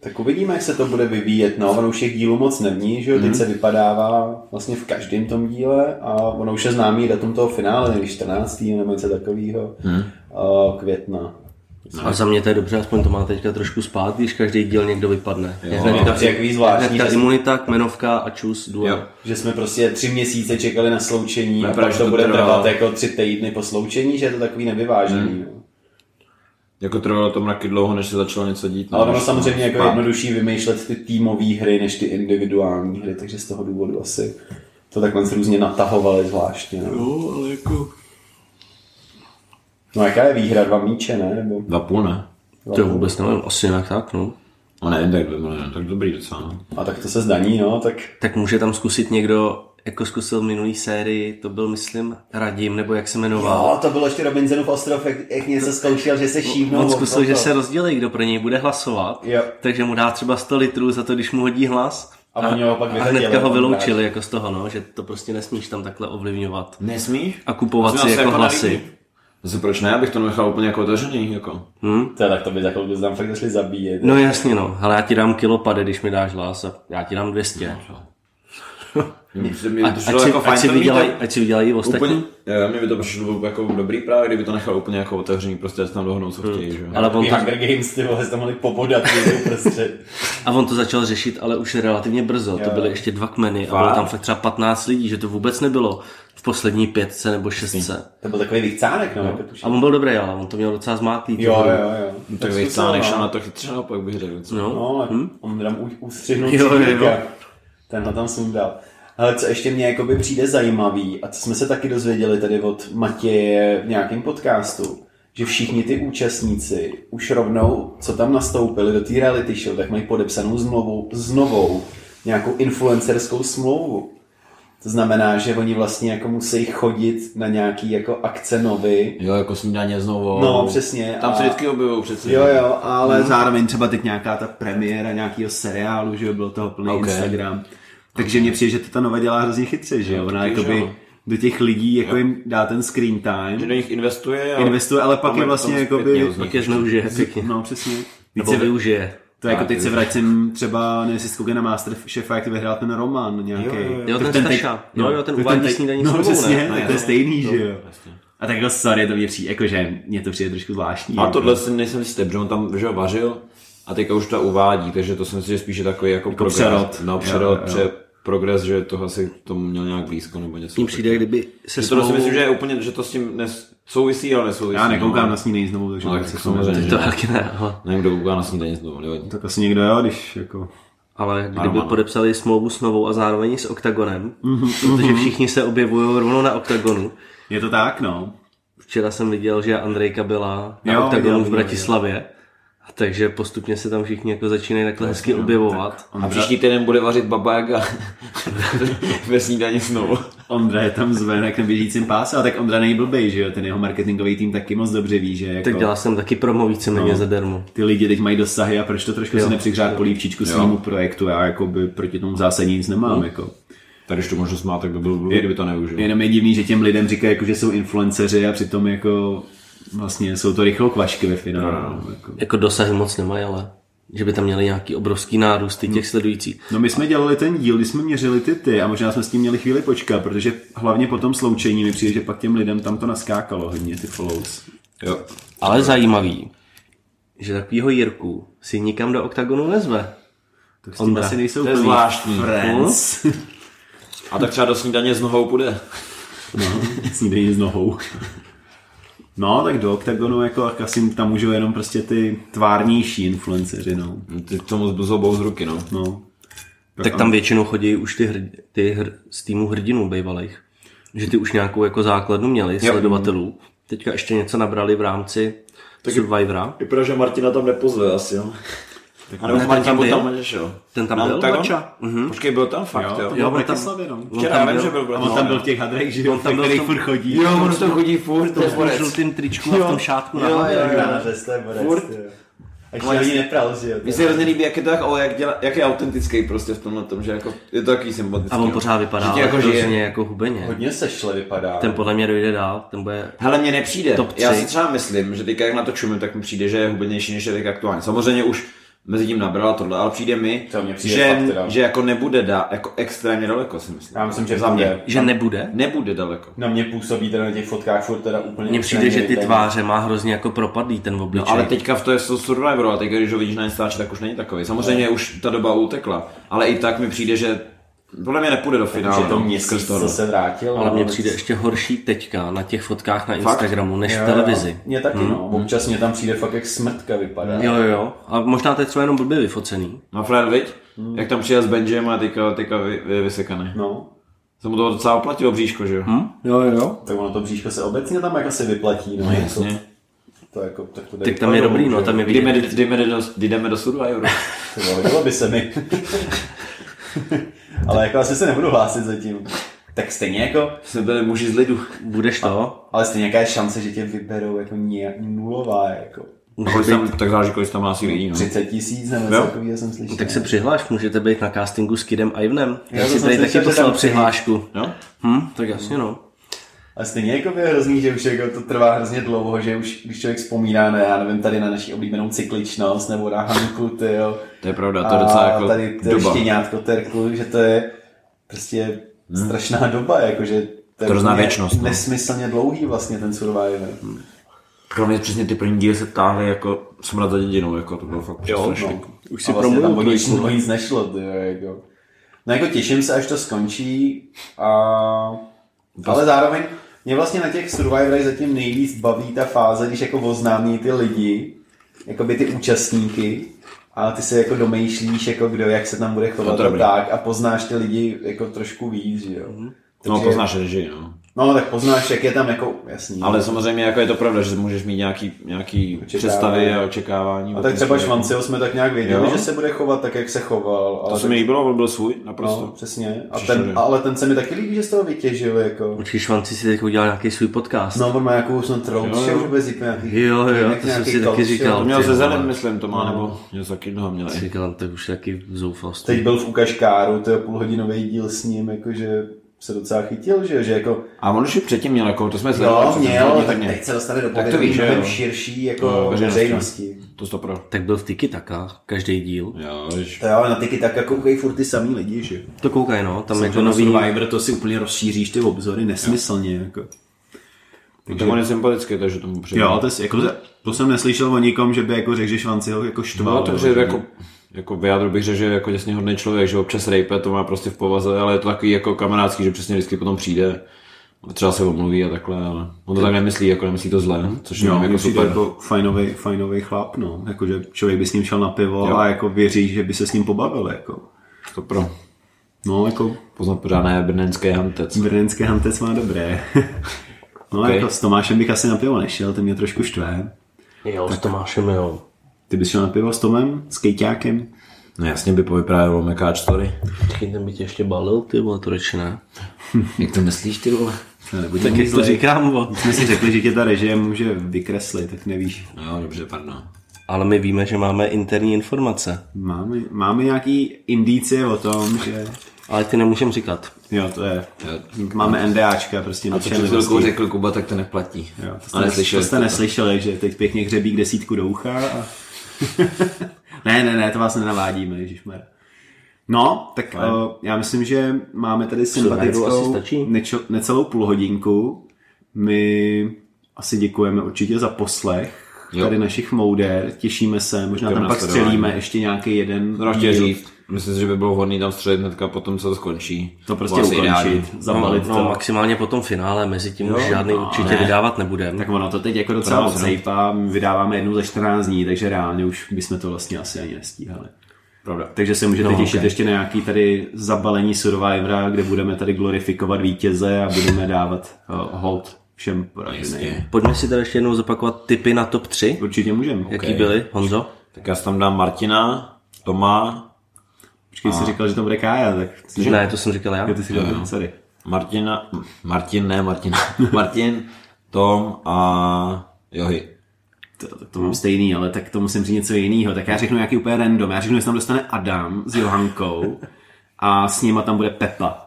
Speaker 2: tak uvidíme, jak se to bude vyvíjet. No, ono už těch dílů moc není, že jo?
Speaker 4: Mhm.
Speaker 2: Teď se vypadává vlastně v každém tom díle a ono už je známý datum toho finále, nevím, 14. nebo něco takového,
Speaker 4: Mhm.
Speaker 2: eh, května.
Speaker 3: A za mě to je dobře, aspoň to má teďka trošku spát, když každý díl někdo vypadne. Jo,
Speaker 2: je to takový zvláštní,
Speaker 3: Hnedka
Speaker 2: že se-
Speaker 3: imunita, kmenovka a čus, duel.
Speaker 4: Jo.
Speaker 2: Že jsme prostě tři měsíce čekali na sloučení a
Speaker 4: Vypadá,
Speaker 2: pak
Speaker 4: že
Speaker 2: to
Speaker 4: to
Speaker 2: bude
Speaker 4: trvalo. Mhm.
Speaker 2: trvat jako tři týdny po sloučení, že je to takový nevyvážený. no.
Speaker 4: Jako trvalo to mraky dlouho, než se začalo něco dít. no,
Speaker 2: Ale ono
Speaker 4: než-
Speaker 2: samozřejmě jako je
Speaker 4: Pak.
Speaker 2: jednodušší vymýšlet ty týmové hry, než ty individuální hry, takže z toho důvodu asi to takhle různě natahovali zvláštně. No.
Speaker 3: Jo, ale jako...
Speaker 2: no jaká je výhra? Dva míče, ne? Nebo...
Speaker 4: Dva půl, ne?
Speaker 3: To vůbec nevím, asi nějak tak, no.
Speaker 4: No nevím, tak, no, tak dobrý docela, no.
Speaker 2: A tak to se zdaní, no, tak
Speaker 3: Tak může tam zkusit někdo, jako zkusil v minulý sérii, to byl, myslím, Radim, nebo jak se jmenoval.
Speaker 2: No, to bylo ještě Robinsonův ostrov, jak, jak něco zkoušel, že se šípnul.
Speaker 3: On
Speaker 2: od
Speaker 3: zkusil, že
Speaker 2: toho.
Speaker 3: se rozdělí, kdo pro něj bude hlasovat,
Speaker 2: No, Jo.
Speaker 3: takže mu dá třeba 100 litrů za to, když mu hodí hlas.
Speaker 2: A oni ho pak
Speaker 3: a
Speaker 2: vyhodili,
Speaker 3: hnedka ho
Speaker 2: ten
Speaker 3: vyloučili jako z toho, no, že to prostě nesmíš tam takhle ovlivňovat
Speaker 4: Nesmíš?
Speaker 3: a kupovat si jako hlasy.
Speaker 4: Zase proč ne, abych to nechal úplně jako otevřený, jako.
Speaker 2: To, tak to by za chvilku tam fakt začali zabíjet.
Speaker 3: No jasně no, hele já ti dám kilo pade, když mi dáš hlas a já ti dám 200.
Speaker 2: No.
Speaker 4: Mně se- mně
Speaker 3: A,
Speaker 4: to
Speaker 3: ať,
Speaker 4: přišlo
Speaker 3: si,
Speaker 4: jako
Speaker 3: ať,
Speaker 4: fajn
Speaker 3: si
Speaker 4: to mít
Speaker 3: vydělají,
Speaker 4: tak
Speaker 3: ať si vydělají i ostatní.
Speaker 4: Úplně, jo, mně by to přišlo jako dobrý právě, kdyby to nechal úplně jako otevřený, prostě ať se tam dohodnou, co
Speaker 2: Hmm.
Speaker 4: chtějí, že jo.
Speaker 3: Ale on
Speaker 2: Takový
Speaker 3: to,
Speaker 2: Hunger Games, ty vole, se tam mohli pobodat ty prostě.
Speaker 3: a on to začal řešit, ale už relativně brzo. To byly ještě dva kmeny a bylo tam fakt třeba 15 lidí, že to vůbec nebylo v poslední pětce nebo šestce.
Speaker 2: To byl takový vychcánek, no, jako tuším.
Speaker 3: A on byl dobrý, ale on to měl docela zmátlý. tu
Speaker 2: Jo,
Speaker 3: hru.
Speaker 2: jo, jo.
Speaker 4: Tak
Speaker 2: zkusil,
Speaker 4: vejcá, než
Speaker 2: no.
Speaker 4: šel na to chytře, naopak bych řekl, co?
Speaker 3: No.
Speaker 2: No, hmm? on tam u- ustřihnul
Speaker 3: Jo, jo, jo.
Speaker 2: cílíka. Ten ho tam sundal. Ale co ještě mě jakoby přijde zajímavý, a co jsme se taky dozvěděli tady od Matěje v nějakém podcastu, že všichni ty účastníci už rovnou, co tam nastoupili do té reality show, tak mají podepsanou zmluvu, s novou nějakou influencerskou smlouvu. To znamená, že oni vlastně jako musí chodit na nějaký jako akce novy,
Speaker 4: Jo, jako snídaně znovu.
Speaker 2: No, přesně,
Speaker 4: Tam
Speaker 2: a-
Speaker 4: se vždycky objevují přece.
Speaker 2: Jo, jo, ale hmm. zároveň třeba teď nějaká ta premiéra nějakého seriálu, že jo, bylo toho plný
Speaker 4: Ok.
Speaker 2: okay. Instagram. Takže mně přijde, že to ta nova dělá hrozně chytře, že jo. Ona
Speaker 4: taky, že
Speaker 2: jakoby
Speaker 4: jo.
Speaker 2: do těch lidí jako jim dá ten screen time,
Speaker 4: Že do nich investuje. a-
Speaker 2: investuje, ale pak
Speaker 4: Tam
Speaker 2: je vlastně
Speaker 4: tam
Speaker 2: jakoby...
Speaker 4: zpětně uzná.
Speaker 3: Pak je zneužije pěkně.
Speaker 2: No, přesně. Víc
Speaker 3: Nebo
Speaker 2: se,
Speaker 3: využije.
Speaker 2: to je jako
Speaker 4: Tak,
Speaker 2: teď
Speaker 4: jo.
Speaker 2: se vracím třeba, nevím, jestli jsi na Masterchefa, jak ty vyhrál ten Roman nějaký.
Speaker 4: Jo, jo, jo.
Speaker 3: Jo, ten
Speaker 2: teď-
Speaker 3: Staša. Jo, jo, ten
Speaker 2: to
Speaker 3: uvádí
Speaker 2: teď-
Speaker 3: snídaní s
Speaker 2: No,
Speaker 3: tebou, ne?
Speaker 2: přesně,
Speaker 3: No,
Speaker 2: tak
Speaker 4: jo.
Speaker 2: to je stejný,
Speaker 4: To-
Speaker 2: že jo.
Speaker 4: jasně.
Speaker 2: A tak jako sorry, to mě přijde, jakože mně to přijde trošku zvláštní.
Speaker 4: A
Speaker 2: jako.
Speaker 4: tohle si nejsem si protože on tam že ho vařil a teďka už to uvádí, takže to si myslím, že spíše takový jako, progres.
Speaker 2: přerod.
Speaker 4: No,
Speaker 2: Jo,
Speaker 4: přerod,
Speaker 2: jo.
Speaker 4: pře- progres, že to asi k tomu měl nějak blízko nebo něco.
Speaker 3: Tím přijde, kdyby se
Speaker 4: Že to si
Speaker 3: smlouvou-
Speaker 4: myslím, že je úplně, že to s tím nes- souvisí, ale nesouvisí.
Speaker 2: Já nekoukám
Speaker 4: no.
Speaker 2: na snídaní znovu, takže
Speaker 4: No, tak
Speaker 2: vůbec
Speaker 4: to
Speaker 2: jako
Speaker 4: samozřejmě,
Speaker 2: nevím.
Speaker 4: že-
Speaker 3: To taky ne, ale,
Speaker 4: Nevím, kdo kouká na snídaně znovu, nevadí.
Speaker 2: Tak asi někdo jo, když jako...
Speaker 3: ale kdyby
Speaker 4: Ano, ano.
Speaker 3: podepsali smlouvu s novou a zároveň s Oktagonem, protože všichni se objevují rovnou na Oktagonu.
Speaker 2: Je to tak, no.
Speaker 3: Včera jsem viděl, že Andrejka byla na
Speaker 2: Jo, viděl,
Speaker 3: Oktagonu v
Speaker 2: viděl,
Speaker 3: Bratislavě, a takže postupně se tam všichni jako začínají takhle hezky objevovat.
Speaker 4: A příští týden bude vařit Baba Jaga ve snídaní znovu.
Speaker 2: Ondra je tam zven jak na běžícím páse, ale tak Ondra nejblbej, že jo, ten jeho marketingový tým taky moc dobře ví, že jako
Speaker 3: Tak dělá jsem taky promo víceméně
Speaker 2: No.
Speaker 3: zadarmo.
Speaker 2: ty lidi teď mají dosahy a proč to trošku
Speaker 3: Jo.
Speaker 2: si nepřihrát polívčičku svýmu projektu, já jako by proti tomu zásadně nic nemám, jako.
Speaker 4: Tady, když tu možnost má, tak by byl blbý, kdyby to neužil.
Speaker 2: Jenom je divný, že těm lidem říkají, jako, že jsou influenceři a přitom jako vlastně jsou to rychlo kvašky ve finále. No, jako.
Speaker 3: Jako dosahy moc nemají, ale že by tam měli nějaký obrovský nárůst těch sledujících.
Speaker 2: No my jsme dělali ten díl, kdy jsme měřili ty ty a možná jsme s tím měli chvíli počkat, protože hlavně po tom sloučení mi přijde, že pak těm lidem tam to naskákalo hodně, ty follows.
Speaker 4: Jo.
Speaker 3: Ale zajímavý, že takovýho Jirku si nikam do oktagonu nezve.
Speaker 2: Tak s tím
Speaker 3: Ondra.
Speaker 2: asi nejsou
Speaker 4: To je
Speaker 2: plný
Speaker 4: zvláštní.
Speaker 2: Friends.
Speaker 4: A tak třeba do snídaně s nohou půjde.
Speaker 2: No, snídení s nohou. No, tak do OKTAGONu jako tak asi tam můžou jenom prostě ty tvárnější influenceři, no.
Speaker 4: Ty tomu zbuzou bou z ruky, no.
Speaker 2: no.
Speaker 3: Tak tam většinou chodí už ty, hrd, ty hr, z týmu hrdinů bývalých. Že ty už nějakou jako základnu měli, sledovatelů. Teďka ještě něco nabrali v rámci Survivora.
Speaker 4: Je pravda, že Martina tam nepozve asi, jo. A nebo
Speaker 3: ne,
Speaker 4: Martin
Speaker 3: tam
Speaker 4: byl
Speaker 3: byl.
Speaker 4: tam nešel.
Speaker 3: Ten tam
Speaker 4: Na
Speaker 3: byl,
Speaker 4: Octagon?
Speaker 3: Mača.
Speaker 4: No, Počkej, byl tam fakt, jo.
Speaker 2: Jo,
Speaker 3: on
Speaker 2: on
Speaker 3: tam-
Speaker 2: tam, no.
Speaker 4: Včera,
Speaker 3: on tam
Speaker 4: já vím,
Speaker 3: byl.
Speaker 4: že byl.
Speaker 2: A on tam byl v těch hadrech, že jo,
Speaker 3: tam
Speaker 2: ve
Speaker 3: byl v
Speaker 2: kterých
Speaker 3: tom-
Speaker 2: furt chodí.
Speaker 4: Jo, on to chodí furt, to
Speaker 3: V tom žlutým tričku a v tom šátku na hlavě.
Speaker 4: Furt.
Speaker 2: A ještě ani nepral, že jo.
Speaker 4: Mně se hrozně líbí, jak je to tak, ale jak, děla, jak je autentický prostě v tomhle tom, že jako je to takový sympatický.
Speaker 3: A on
Speaker 4: no.
Speaker 3: pořád vypadá
Speaker 4: Že ti
Speaker 3: jako
Speaker 4: jako žije.
Speaker 3: hrozně jako hubeně.
Speaker 2: Hodně sešle vypadá.
Speaker 3: Ten podle mě dojde dál, ten bude...
Speaker 4: Hele, mně nepřijde.
Speaker 3: Top
Speaker 4: Já
Speaker 3: tři.
Speaker 4: si třeba myslím, že teďka jak na to čumím, tak mi přijde, že je hubenější, než je teď aktuálně. Samozřejmě už mezi tím nabrala tohle, ale přijde mi,
Speaker 2: To mně přijde
Speaker 4: že,
Speaker 2: fakt teda.
Speaker 4: že jako nebude dá, jako extrémně daleko si myslím.
Speaker 2: Já myslím, že
Speaker 4: za mě.
Speaker 2: bude.
Speaker 3: Že nebude?
Speaker 4: Nebude daleko.
Speaker 2: Na mě působí teda na těch fotkách furt teda úplně...
Speaker 3: Mně přijde, že ty
Speaker 2: extrémně
Speaker 3: tváře má hrozně jako propadlý ten
Speaker 4: No,
Speaker 3: obličej.
Speaker 4: ale teďka v to je so Survivor, a teď když ho vidíš na Instači, tak už není takový. Samozřejmě už ta doba utekla, ale i tak mi přijde, že Podle mě nepůjde do finále.
Speaker 2: Že to
Speaker 4: no,
Speaker 2: měsíc,
Speaker 4: skrz to,
Speaker 2: co
Speaker 4: no.
Speaker 2: se vrátil.
Speaker 3: Ale mně
Speaker 2: vůbec.
Speaker 3: přijde ještě horší teďka na těch fotkách na Instagramu než
Speaker 2: Jo,
Speaker 3: v
Speaker 2: jo.
Speaker 3: televizi. Hmm.
Speaker 2: Mně taky, no. Občas mě tam přijde fakt, jak smrtka vypadá.
Speaker 3: Jo, jo, jo. A možná to je třeba jenom blbě vyfocený.
Speaker 4: No Fred, viď? Jak tam přijel s Benjem a teďka, teďka vy, vy, vysekaný.
Speaker 2: Hmm. No,
Speaker 4: Se mu to docela oplatilo bříško, že jo?
Speaker 3: Jo, jo.
Speaker 2: tak ono to bříško se obecně tam jako se vyplatí, no.
Speaker 4: Jasně.
Speaker 2: To, to jako, tak to jde
Speaker 3: Tak tam je
Speaker 2: vypadnout,
Speaker 3: dobrý,
Speaker 2: že
Speaker 3: no,
Speaker 2: jo.
Speaker 3: tam je
Speaker 4: Kdy jdeme,
Speaker 3: vidět.
Speaker 4: kdy jdeme, do, kdy jdeme do Survivoru?
Speaker 2: Ty vole, Hodilo by se mi. Ale jako asi se nebudu hlásit zatím. Tak stejně jako,
Speaker 4: Jsme byli muži z lidu.
Speaker 3: Budeš to?
Speaker 2: ale stejně jaká je šance, že tě vyberou jako nějak nulová, jako
Speaker 4: A kolik tam, tak záleží, kolik tam hlásí lidí, no.
Speaker 2: 30 tisíc nebo
Speaker 4: Jo.
Speaker 2: něco takového jsem slyšel.
Speaker 3: Tak se přihlaš, můžete být na castingu s Kidem Ivanem. Já
Speaker 2: to
Speaker 3: si
Speaker 2: jsem
Speaker 3: tady taky
Speaker 2: slyšel, že
Speaker 3: poslal
Speaker 2: tam přijde.
Speaker 3: přihlášku.
Speaker 4: Jo?
Speaker 3: Hm, tak jasně no.
Speaker 2: A stejně jako je hrozný, že už jako to trvá hrozně dlouho, že už když člověk vzpomíná, ne, já nevím, tady na naši oblíbenou cykličnost nebo na Hanku, ty jo.
Speaker 4: To je pravda, to je docela jako
Speaker 2: tady to
Speaker 4: doba.
Speaker 2: štěňátko terku, že to je prostě hmm. strašná doba, jakože je
Speaker 4: To rozná
Speaker 2: úplně
Speaker 4: věčnost, no.
Speaker 2: Nesmyslně dlouhý vlastně ten Survivor.
Speaker 4: Kromě přesně ty první díly se táhly jako smrad za dědinou, jako to bylo fakt strašný.
Speaker 3: no. Už
Speaker 2: A
Speaker 3: si
Speaker 2: vlastně tam o nic,
Speaker 3: promluvil.
Speaker 2: o nic nešlo, ty jo, jako. No jako těším se, až to skončí, a... ale zároveň mě vlastně na těch Survivorech zatím nejvíc baví ta fáze, když jako oznámí ty lidi, jakoby ty účastníky, a ty se jako domýšlíš, jako kdo, jak se tam bude
Speaker 4: No
Speaker 2: chovat
Speaker 4: to
Speaker 2: no
Speaker 4: dobrý.
Speaker 2: tak a poznáš ty lidi jako trošku víc, že jo.
Speaker 4: No,
Speaker 2: Takže-
Speaker 4: poznáš režii, no.
Speaker 2: No, tak poznáš, jak je tam jako, jasný.
Speaker 4: Ale samozřejmě jako je to pravda, že můžeš mít nějaký, nějaký představy a očekávání.
Speaker 2: a
Speaker 4: o
Speaker 2: No, tak
Speaker 4: tom,
Speaker 2: třeba
Speaker 4: co je.
Speaker 2: Švancio jsme tak nějak věděli,
Speaker 4: jako- Jo.
Speaker 2: že se bude chovat tak, jak se choval. Ale
Speaker 4: To se mi líbilo, on byl svůj, naprosto.
Speaker 2: No, přesně. A
Speaker 4: Příště
Speaker 2: ten,
Speaker 4: jde.
Speaker 2: ale ten se mi taky líbí, že z toho vytěžil, jako.
Speaker 3: Určitě Švanci si teď udělal nějaký svůj podcast.
Speaker 2: No, on má nějakou snad trout,
Speaker 4: Jo,
Speaker 2: že
Speaker 4: jo.
Speaker 2: už vůbec jako nějaký...
Speaker 3: Jo, jo, to
Speaker 2: nějaký
Speaker 3: jsem si taky
Speaker 2: talk
Speaker 3: říkal.
Speaker 2: show.
Speaker 4: To měl
Speaker 3: Ty
Speaker 4: se zelem,
Speaker 3: vole.
Speaker 4: myslím, to má, nebo něco taky dlouho měl. i.
Speaker 3: Říkal, "No, tak už taky v zoufalství.
Speaker 2: Teď byl v Ukaškáru, to je půlhodinový díl s ním, jakože se docela chytil, že, že jako
Speaker 4: A on už i předtím měl, jako, to jsme sledovali.
Speaker 2: jo,
Speaker 4: před
Speaker 2: měl,
Speaker 4: hodně,
Speaker 2: tak
Speaker 4: hodně.
Speaker 2: teď se dostane do
Speaker 4: Tak to
Speaker 2: povědomí
Speaker 4: víš, že
Speaker 2: mnohem
Speaker 4: jo.
Speaker 2: širší jako
Speaker 4: Jo, veřejnosti.
Speaker 2: veřejnosti.
Speaker 4: To stopro.
Speaker 3: Tak byl v Tiki Taka, každý díl.
Speaker 4: Jo, víš.
Speaker 2: To jo, na tyky tak jako koukají furt ty samý lidi, že?
Speaker 3: To koukaj, no, tam jako
Speaker 2: Jako na
Speaker 3: nový...
Speaker 2: Survivor to si úplně rozšíříš ty obzory nesmyslně, jako.
Speaker 4: Tak on je sympatický, takže tomu přijde.
Speaker 2: Jo, to, je, jako, to jsem neslyšel o nikom, že by jako řekl, že Švanci ho jako štval.
Speaker 4: No, to
Speaker 2: jo,
Speaker 4: přijde
Speaker 2: že-
Speaker 4: jako, jako vyjádru bych řekl, že je jako děsně hodný člověk, že občas rejpe, to má prostě v povaze, ale je to takový jako kamarádský, že přesně vždycky potom přijde. Třeba se omluví a takhle, ale on to tak nemyslí, jako nemyslí to zle, což je
Speaker 2: Jo,
Speaker 4: jako super. Jako...
Speaker 2: jako fajnový, fajnový chlap, no. Jako, že člověk by s ním šel na pivo
Speaker 4: Jo.
Speaker 2: a jako věří, že by se s ním pobavil, jako.
Speaker 4: To pro
Speaker 2: No, jako
Speaker 4: poznat pořádné brněnské hantec.
Speaker 2: brněnský hantec má dobré. no,
Speaker 4: Ok.
Speaker 2: okay. jako s Tomášem bych asi na pivo nešel, ten mě trošku štve.
Speaker 3: Jo, s Tomášem, jo.
Speaker 2: Ty bys šel na pivo s Tomem, s Kejťákem?
Speaker 4: No jasně by povyprávěl o Mekáč story.
Speaker 3: Taky ten by tě ještě balil, ty vole, to radši ne.
Speaker 4: Jak to myslíš ty vole?
Speaker 2: To nebudu
Speaker 3: Tak jak to
Speaker 2: myslet.
Speaker 3: říkám, bo.
Speaker 2: jsme si řekli, že tě ta režie může vykreslit, tak nevíš.
Speaker 4: No jo, dobře, pardon.
Speaker 3: Ale my víme, že máme interní informace.
Speaker 2: Máme, máme nějaký indicie o tom, že...
Speaker 3: Ale ty nemůžem říkat.
Speaker 2: Jo, to je...
Speaker 4: Jo.
Speaker 2: Máme NDAčka, prostě
Speaker 4: A co před chvilkou
Speaker 2: mlčenlivosti.
Speaker 4: řekl Kuba, tak to neplatí.
Speaker 2: Jo, to jste,
Speaker 4: a neslyšel
Speaker 2: to jste neslyšeli, že teď pěkně hřebík desítku do ucha a... ne, ne, ne, to vás nenavádíme, ježišmarja. No, tak uh, já myslím, že máme tady
Speaker 3: asi
Speaker 2: sympatickou
Speaker 3: stačí.
Speaker 2: nečo, necelou půl hodinku. My asi děkujeme určitě za poslech
Speaker 4: Jo.
Speaker 2: tady našich mouder, těšíme se, možná tam
Speaker 4: Děkujeme
Speaker 2: pak
Speaker 4: na sledování.
Speaker 2: střelíme ještě nějaký jeden
Speaker 4: Zrovna no, chtěl
Speaker 2: díl.
Speaker 4: říct, myslím si, že by bylo vhodné tam střelit hnedka po tom, co to skončí.
Speaker 2: To prostě
Speaker 4: Bylo asi
Speaker 2: ukončit,
Speaker 4: ideální.
Speaker 2: zabalit
Speaker 3: No,
Speaker 2: to.
Speaker 3: maximálně po tom finále, mezi tím už žádný určitě
Speaker 4: ne.
Speaker 3: vydávat nebudem.
Speaker 2: Tak ono to teď jako docela
Speaker 4: Pravda, no.
Speaker 2: odsejpá, my vydáváme jednu za 14 dní, takže reálně už bychom to vlastně asi ani nestíhali. Pravda. Takže se můžete no, těšit okay. ještě na nějaký tady zabalení Survivora, kde budeme tady glorifikovat vítěze a budeme dávat uh, hold všem poraženým.
Speaker 4: Jasně.
Speaker 3: Pojďme si tady ještě jednou zopakovat tipy na top 3.
Speaker 2: Určitě můžeme.
Speaker 3: Jaký byly, Honzo?
Speaker 4: Tak já si tam dám Martina, Toma,
Speaker 2: Počkej, jsi říkal, že to bude Kája, tak...
Speaker 3: Že? Ne, to jsem říkal já.
Speaker 2: Jo, ty jsi říkal, sorry.
Speaker 4: Martina, Martin, ne Martina, Martin, Tom a Johy.
Speaker 2: To, to, to mám stejný, ale tak to musím říct něco jiného. Tak já řeknu nějaký úplně random. Já řeknu, že se tam dostane Adam s Johankou a s nima tam bude Pepa.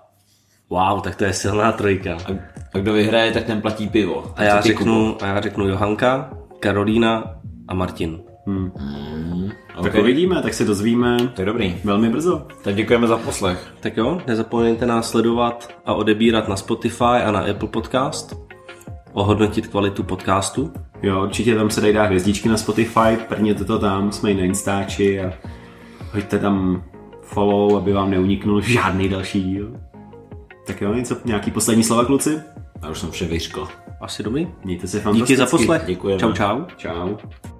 Speaker 3: Wow, tak to je silná trojka.
Speaker 4: A, a kdo vyhraje, tak ten platí pivo.
Speaker 3: A já řeknu, a já řeknu Johanka, Karolína a Martin.
Speaker 2: Okay. Tak uvidíme, tak se dozvíme
Speaker 4: Tak dobrý.
Speaker 2: velmi brzo.
Speaker 4: Tak děkujeme za poslech.
Speaker 3: Tak jo, nezapomeňte nás sledovat a odebírat na Spotify a na Apple Podcast. Ohodnotit kvalitu podcastu.
Speaker 2: Jo, určitě tam se dají dát hvězdičky na Spotify, prvněte to tam, jsme i na Instači a hoďte tam follow, aby vám neuniknul žádný další díl. Tak jo, něco, nějaký poslední slova, kluci?
Speaker 5: Já už jsem převyřkl.
Speaker 3: Asi dobrý.
Speaker 2: Mějte se
Speaker 3: Díky
Speaker 2: fantasticky.
Speaker 3: za poslech.
Speaker 5: Děkujeme.
Speaker 3: Čau, čau.
Speaker 2: Čau.